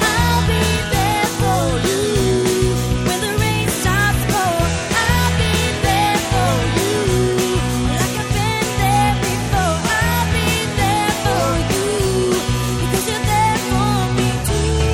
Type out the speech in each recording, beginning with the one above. I'll be there for you when the rain stops pouring. I'll be there for you like I've been there before. I'll be there for you because you're there for me too.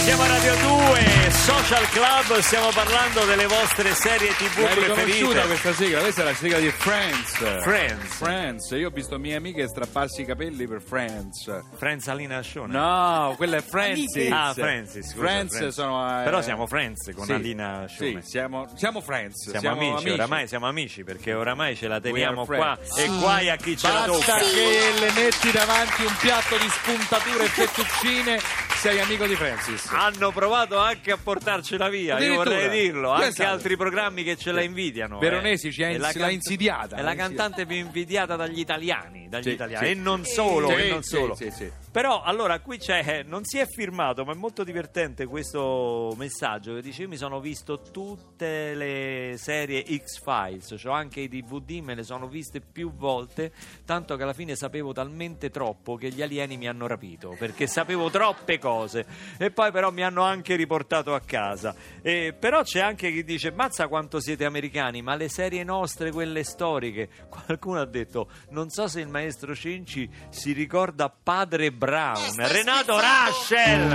Siamo a Radio 2 Social Club, stiamo parlando delle vostre serie tv L'hai riconosciuta preferite. questa sigla? Questa è la sigla di Friends. Friends. Friends. Io ho visto mie amiche strapparsi i capelli per Friends. Franz Salina Ascione. No, quella è Francis. Ah, Francis, scusa, Friends Francis. sono. eh, Però siamo Friends con sì, Alina Ascione. Sì, siamo, siamo Friends. Siamo, amici, oramai siamo amici perché oramai ce la teniamo are qua friends. e guai a chi ce la tocca. Basta che le metti davanti un piatto di spuntature e fettuccine, sei amico di Francis. Hanno provato anche a portarcela via, io Addirittura. vorrei dirlo, anche Esatto. altri programmi che ce la invidiano. eh. Veronesi ci ha È la ins- l'ha insidiata, È l'ha la insidiata. cantante più invidiata dagli italiani, dagli Sì, italiani. sì. e non solo, Sì, e non sì, solo. sì, sì. Però allora qui c'è, eh, non si è firmato, ma è molto divertente questo messaggio che dice io mi sono visto tutte le serie X-Files, cioè anche i DVD me le sono viste più volte, tanto che alla fine sapevo talmente troppo che gli alieni mi hanno rapito, perché sapevo troppe cose e poi però mi hanno anche riportato a casa. E, però c'è anche chi dice mazza quanto siete americani, ma le serie nostre, quelle storiche, qualcuno ha detto non so se il maestro Cinci si ricorda Padre Brown, Renato Raschel,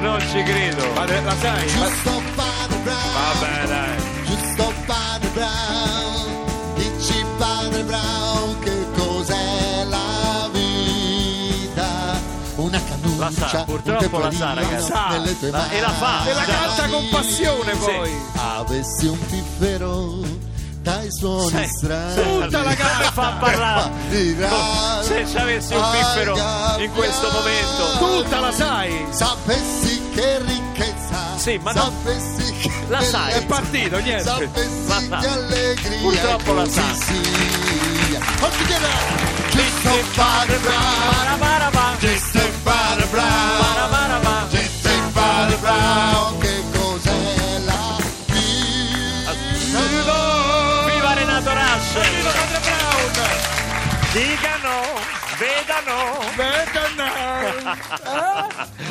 non ci credo. Ma te- la sai? Ma- Giusto padre Brown, Vabbè, dai. giusto padre Brown, dici padre Brown che cos'è la vita? Una La cannuccia, sa, un purtroppo la sa tepolino ragazzi. nelle tue La- e la fa. mani. E la canta con passione Sì. poi. Avessi un piffero dai suoni Sì. strani. Cioè, Tutta la gamba fa parlare. Partirà Se ci avessi un al piffero in questo gabbiano. momento. Tutta la sai. Sapessi che ricchezza, Sì, ma non- sapessi che La sai. È partito, niente. La Sapessi sa. che allegria Purtroppo la sa. così sia. Oggi chiede, Giusto padre Brown Parabaraba, Giusto padre Brown parabaraba. Giusto padre Brown Che cos'è la vita Viva Renato Raschel! Viva Padre Brown! Dicano, vedano!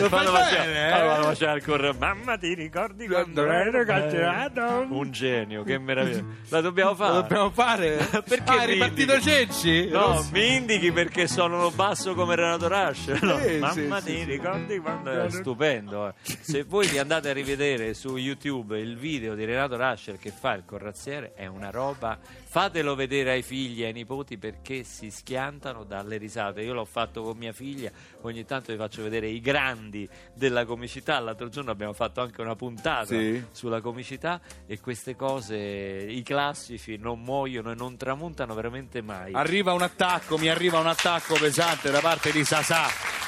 Quando faceva- bene, eh? quando faceva ancora, mamma ti ricordi quando ero calcolato? Un genio, che meraviglia! La dobbiamo fare! Lo dobbiamo fare? Perché ridi? ah, è ripartito Cecci? No, mi indichi perché sono basso come Renato Rasch. No, Eh, Sì, mamma sì, ti sì, sì. ricordi quando era stupendo. eh. Se voi vi andate a rivedere su YouTube il video di Renato Rasch che fa il corrazziere, è una roba. Fatelo vedere ai figli e ai nipoti perché si schiantano dalle risate. Io l'ho fatto con mia figlia, ogni tanto vi faccio vedere i grandi della comicità. L'altro giorno abbiamo fatto anche una puntata Sì. sulla comicità e queste cose, i classici, non muoiono e non tramontano veramente mai. Arriva un attacco, mi arriva un attacco pesante da parte di Sasà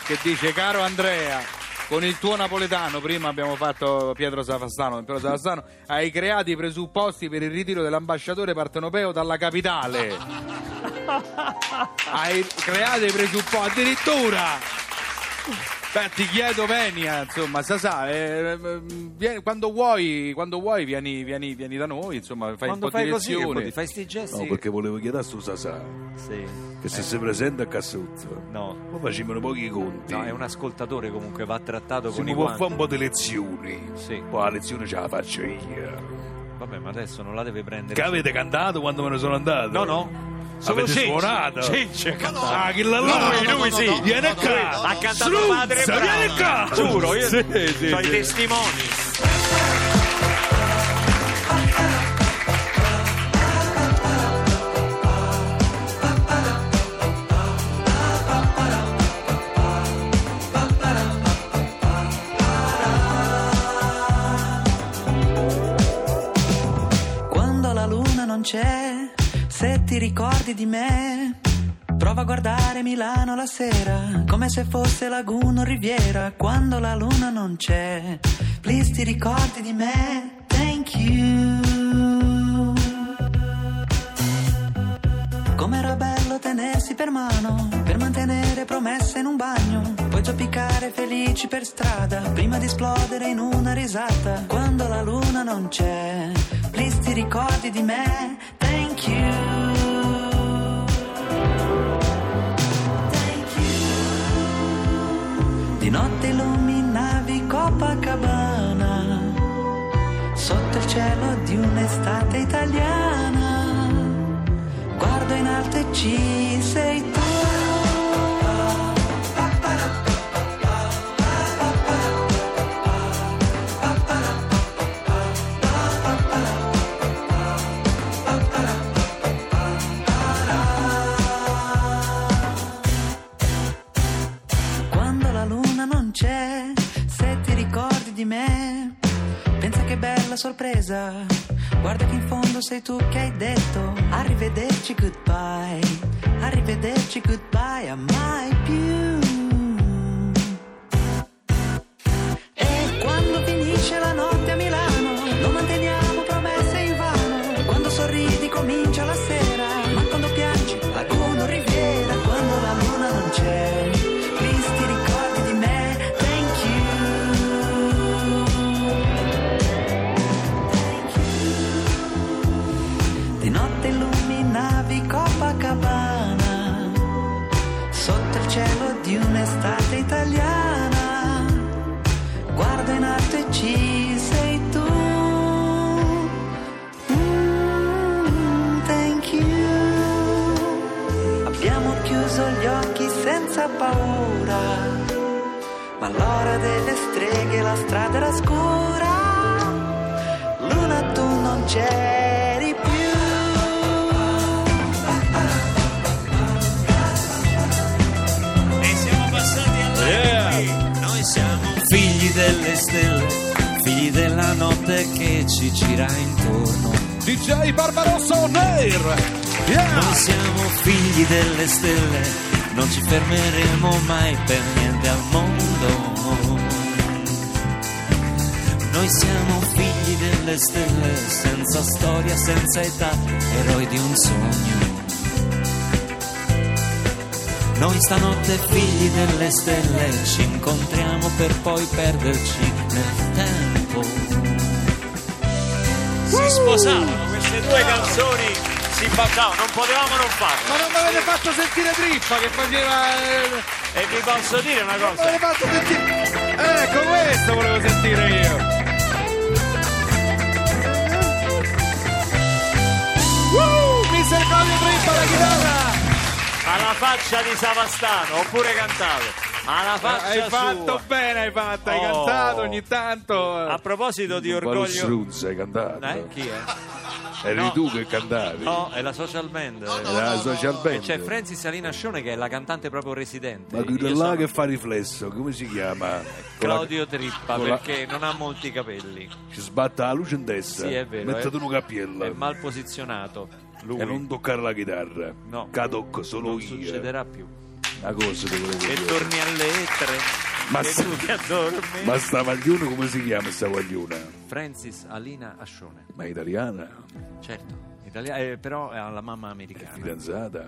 che dice caro Andrea, con il tuo napoletano, prima abbiamo fatto Pietro Savastano, Pietro Savastano, hai creato i presupposti per il ritiro dell'ambasciatore partenopeo dalla capitale. hai creato i presupposti, addirittura! Beh, ti chiedo venia, insomma, Sasà, eh, eh, vieni- quando vuoi, quando vuoi vieni, vieni- vieni da noi, insomma, fai Quando un po' di fai così, che lezioni. poi ti fai sti gesti. No, perché volevo chiedere a su Sasà Sì. che se si presenta a Cassuzzo, No. ma facevano pochi conti. No, è un ascoltatore comunque, va trattato Si con i può fare guanti. un po' di lezioni. Sì. Poi la lezione ce la faccio io. Vabbè, ma adesso non la deve prendere. Che avete cantato quando me ne sono andato? No, no. Solo Avete Cinci. suonato? Cinci ha cantato. Ah, che la là. Lui, lui sì. Vieni no, qua. no, no, Ha no. cantato Struzza, Padre Brown. vieni qua. Giuro, io Sì, sì, ho i sì. testimoni. Quando la luna non c'è, se ti ricordi di me, prova a guardare Milano la sera, come se fosse Laguna o Riviera. Quando la luna non c'è, please ti ricordi di me, thank you. per mano per mantenere promesse in un bagno. Poi zoppicare felici per strada prima di esplodere in una risata. Quando la luna non c'è, please ti ricordi di me. Thank you. Thank you. Di notte illuminavi Copacabana sotto il cielo di un'estate italiana guardo in alto e ci sei tu. Quando la luna non c'è, se ti ricordi di me, pensa che bella sorpresa. Guarda che in fondo sei tu che hai detto arrivederci goodbye, arrivederci goodbye a mai più. E quando finisce la notte a Milano, non manteniamo promesse in vano. Quando sorridi comincia la sera, ma quando piangi qualcuno riviera. Quando la luna non c'è, please ti ricordi di me, thank you. Thank you. Di notte illuminavi Copacabana, sotto il cielo di un'estate italiana guardo in alto e ci sei tu. Mm, thank you. Abbiamo chiuso gli occhi senza paura, ma l'ora delle streghe la strada era scura. Luna tu non c'eri più. E siamo passati alla rete. Noi siamo figli delle stelle, figli della notte che ci gira intorno. DJ Barbarosso Nair! Noi Yeah! siamo figli delle stelle, non ci fermeremo mai per niente al mondo. Noi siamo figli delle stelle, senza storia, senza età, eroi di un sogno. Noi stanotte figli delle stelle, ci incontriamo per poi perderci nel tempo. Si sposavano queste due canzoni, si battavano, non potevamo non farlo. Ma non mi avete fatto sentire Trippa che faceva... eh, E vi posso dire una Non me cosa. ne faccio sentire. Ecco, questo volevo sentire io. Woo! Mister Claudio Trippa alla chitarra. Alla faccia di Savastano, oppure cantate. Eh, Alla faccia Hai fatto sua. bene, hai fatto, hai Oh. cantato ogni tanto. A proposito di Quale orgoglio... struzza hai cantato? Eh, chi è? Eri No. tu che cantavi. No, è la social band. Era la social band. C'è Francis Salinascione che è la cantante proprio residente. Ma quello Io là sono che fa riflesso, come si chiama? Claudio Trippa Con la- perché non ha molti capelli. Ci sbatta la luce in testa. Sì, è vero. Mettete è- una cappiella. È mal posizionato. Lui. E non toccare la chitarra. No. Che la tocco solo non io. succederà più. Una cosa ti volevo E dire. torni alle tre. Ma e se- tu ti addormi. Ma sta magliona come si chiama sta magliona? Francis Alina Ascione, Ma è italiana? certo. Italia- eh, però è alla mamma Eh, americana. Fidanzata?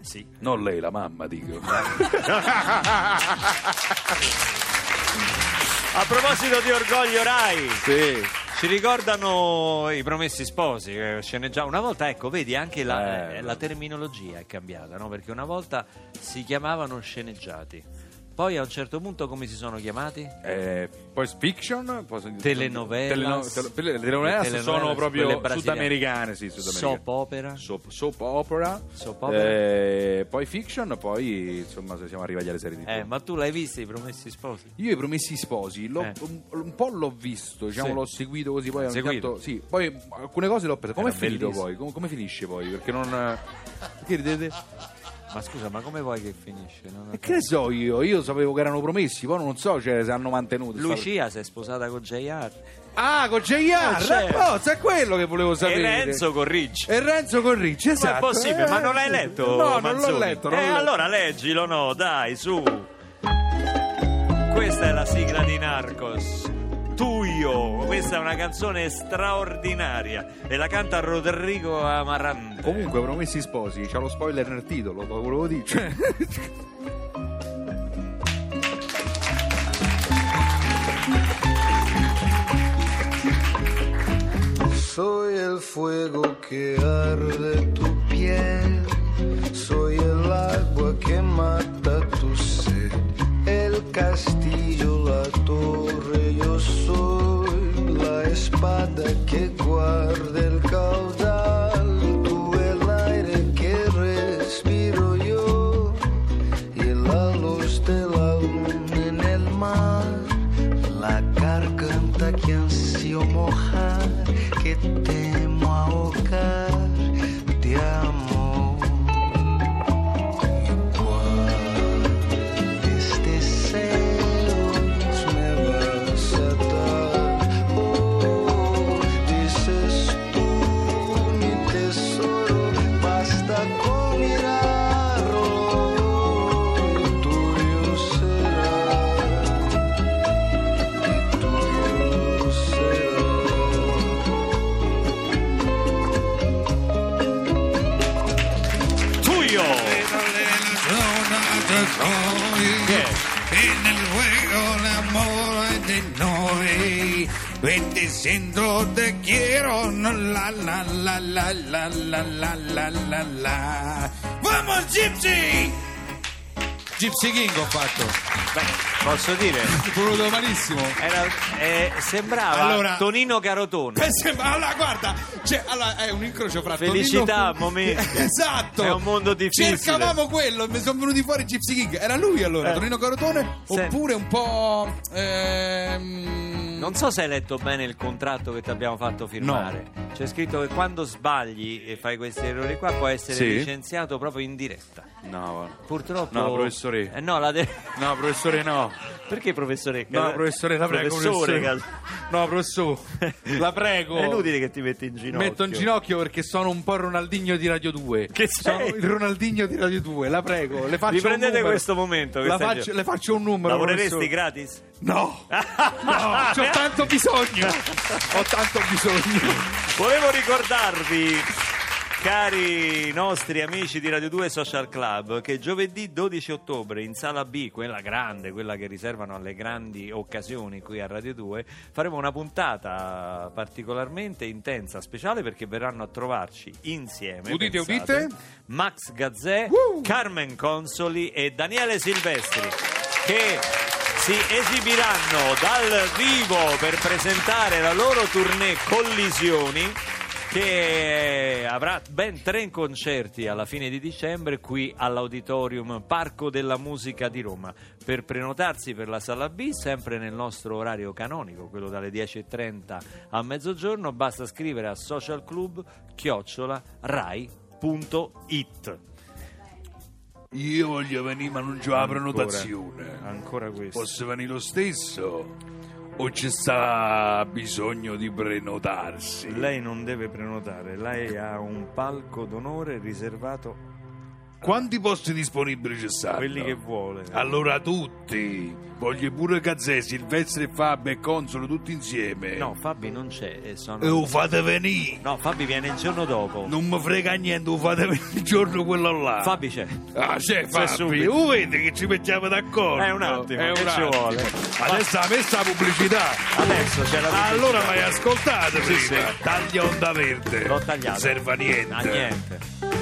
Sì. Non lei, la mamma, dico. A proposito di orgoglio Rai, sì. ci ricordano i promessi sposi, eh, sceneggia- Una volta, ecco, vedi, anche la, Eh, eh, la terminologia è cambiata, no? Perché una volta si chiamavano sceneggiati. Poi a un certo punto come si sono chiamati? Eh, poi fiction, poi Telenovelas. teleno- tele- tele- le telenovelas Le telenovelas, sono quelle proprio brasiliane. sudamericane, sì, Soap sudamericane. opera. Soap, soap opera, Soap opera. eh, poi fiction, poi insomma siamo arrivati alle serie di Eh, ma tu l'hai visto i promessi sposi? Io i promessi sposi l'ho- Eh. un, un po' l'ho visto, diciamo, Sì. l'ho seguito così, poi ogni Seguito. tanto- sì, poi alcune cose l'ho prese. Come è Era finito bellissimo. poi? Com- Come, finisce poi? Perché non perché ridete? Ma scusa, ma come vuoi che finisce? Non ho E che ne so io? Io sapevo che erano promessi, poi non so cioè, se hanno mantenuto. sta- Lucia si è sposata con JR Ah, con Eh, JR! certo. Apposta, è quello che volevo e sapere. Renzo con Ricci. E Renzo con Ricci, Ma è esatto. possibile, Eh, ma non l'hai letto? No, non l'ho Manzoni? letto. non eh, l'ho letto. allora leggilo, no, dai, su. Questa è la sigla di Narcos. Tuyo. Questa è una canzone straordinaria e la canta Rodrigo Amarante. Comunque, promessi sposi, c'ha lo spoiler nel titolo, lo volevo dire. Cioè, Soy el fuego que arde tu piel, soy el agua que mata tu sed, el castillo, la torre, yo soy la espada que guarda el caudal, tú el aire que respiro yo y la luz de la luna en el mar, la garganta que ansio mojar, que temo ahogar, te amo. Y cuáles deseos este me vas a dar, oh, dices tú mi tesoro, basta con mirarlo, tuyo será. Y tuyo será. Tuyo. En el juego el amor de noi Vete diciendo te quiero no, la la la la la la la la la la Vamos Gypsy! Gypsy King ho fatto. Beh, posso dire, Voluto malissimo. era, eh, sembrava Allora- Tonino Carotone. Eh, sembra- Allora guarda, cioè, allora, è un incrocio fra Felicità, Tonino- momenti. Esatto. È un mondo difficile. Cercavamo quello e mi sono venuti fuori Gypsy King. Era lui allora, Eh. Tonino Carotone? Sì. Oppure un po'... ehm, Non so se hai letto bene il contratto che ti abbiamo fatto firmare. C'è scritto che quando sbagli e fai questi errori qua puoi essere Sì. licenziato proprio in diretta. No, Purtroppo. No, professore. Eh, no, la de- no, professore, no. Perché professore? No, professore, la prego. Professore, No, professore, la prego. È inutile che ti metti in ginocchio. Boh. Metto in ginocchio perché sono un po' il Ronaldinho di Radio 2. Che sono sei? il Ronaldinho di Radio 2, la prego. Le faccio un Riprendete numero. questo momento. che La stai faccio- gi- le faccio un numero. Lavoreresti professore. gratis? No, no, c'ho tanto bisogno. Ho tanto bisogno. Volevo ricordarvi, cari nostri amici di Radio 2 Social Club, che giovedì 12 ottobre in sala B, quella grande, quella che riservano alle grandi occasioni qui a Radio 2, faremo una puntata particolarmente intensa, speciale perché verranno a trovarci insieme. Udite, pensate, udite. Max Gazzè, Uh! Carmen Consoli e Daniele Silvestri che si esibiranno dal vivo per presentare la loro tournée Collisioni che avrà ben tre concerti alla fine di dicembre qui all'Auditorium Parco della Musica di Roma. Per prenotarsi per la sala B, sempre nel nostro orario canonico, quello dalle 10.30 a mezzogiorno, basta scrivere a socialclub chiocciola rai.it. Io voglio venire, ma non c'ho la prenotazione. Ancora questo. Posso venire lo stesso? O ci sta bisogno di prenotarsi? Lei non deve prenotare, lei ha un palco d'onore riservato Quanti posti disponibili ci a stanno? quelli che vuole. Allora tutti, voglio pure Gazzè, Silvestri e Fabio e Consolo tutti insieme. No, Fabi non c'è, eh, sono- E lo fate venire. No, Fabi viene il giorno dopo. Non mi frega niente, lo fate venire il giorno quello là. Fabi c'è. Ah, c'è Fabi. subito. Lo vedi che ci mettiamo d'accordo. È un attimo, È un Eh, che ci attimo. vuole? Adesso ha messo la pubblicità. Adesso c'è la Allora mi hai ascoltato prima. Taglia onda verde. L'ho tagliato. Non serve a niente. Ah, niente.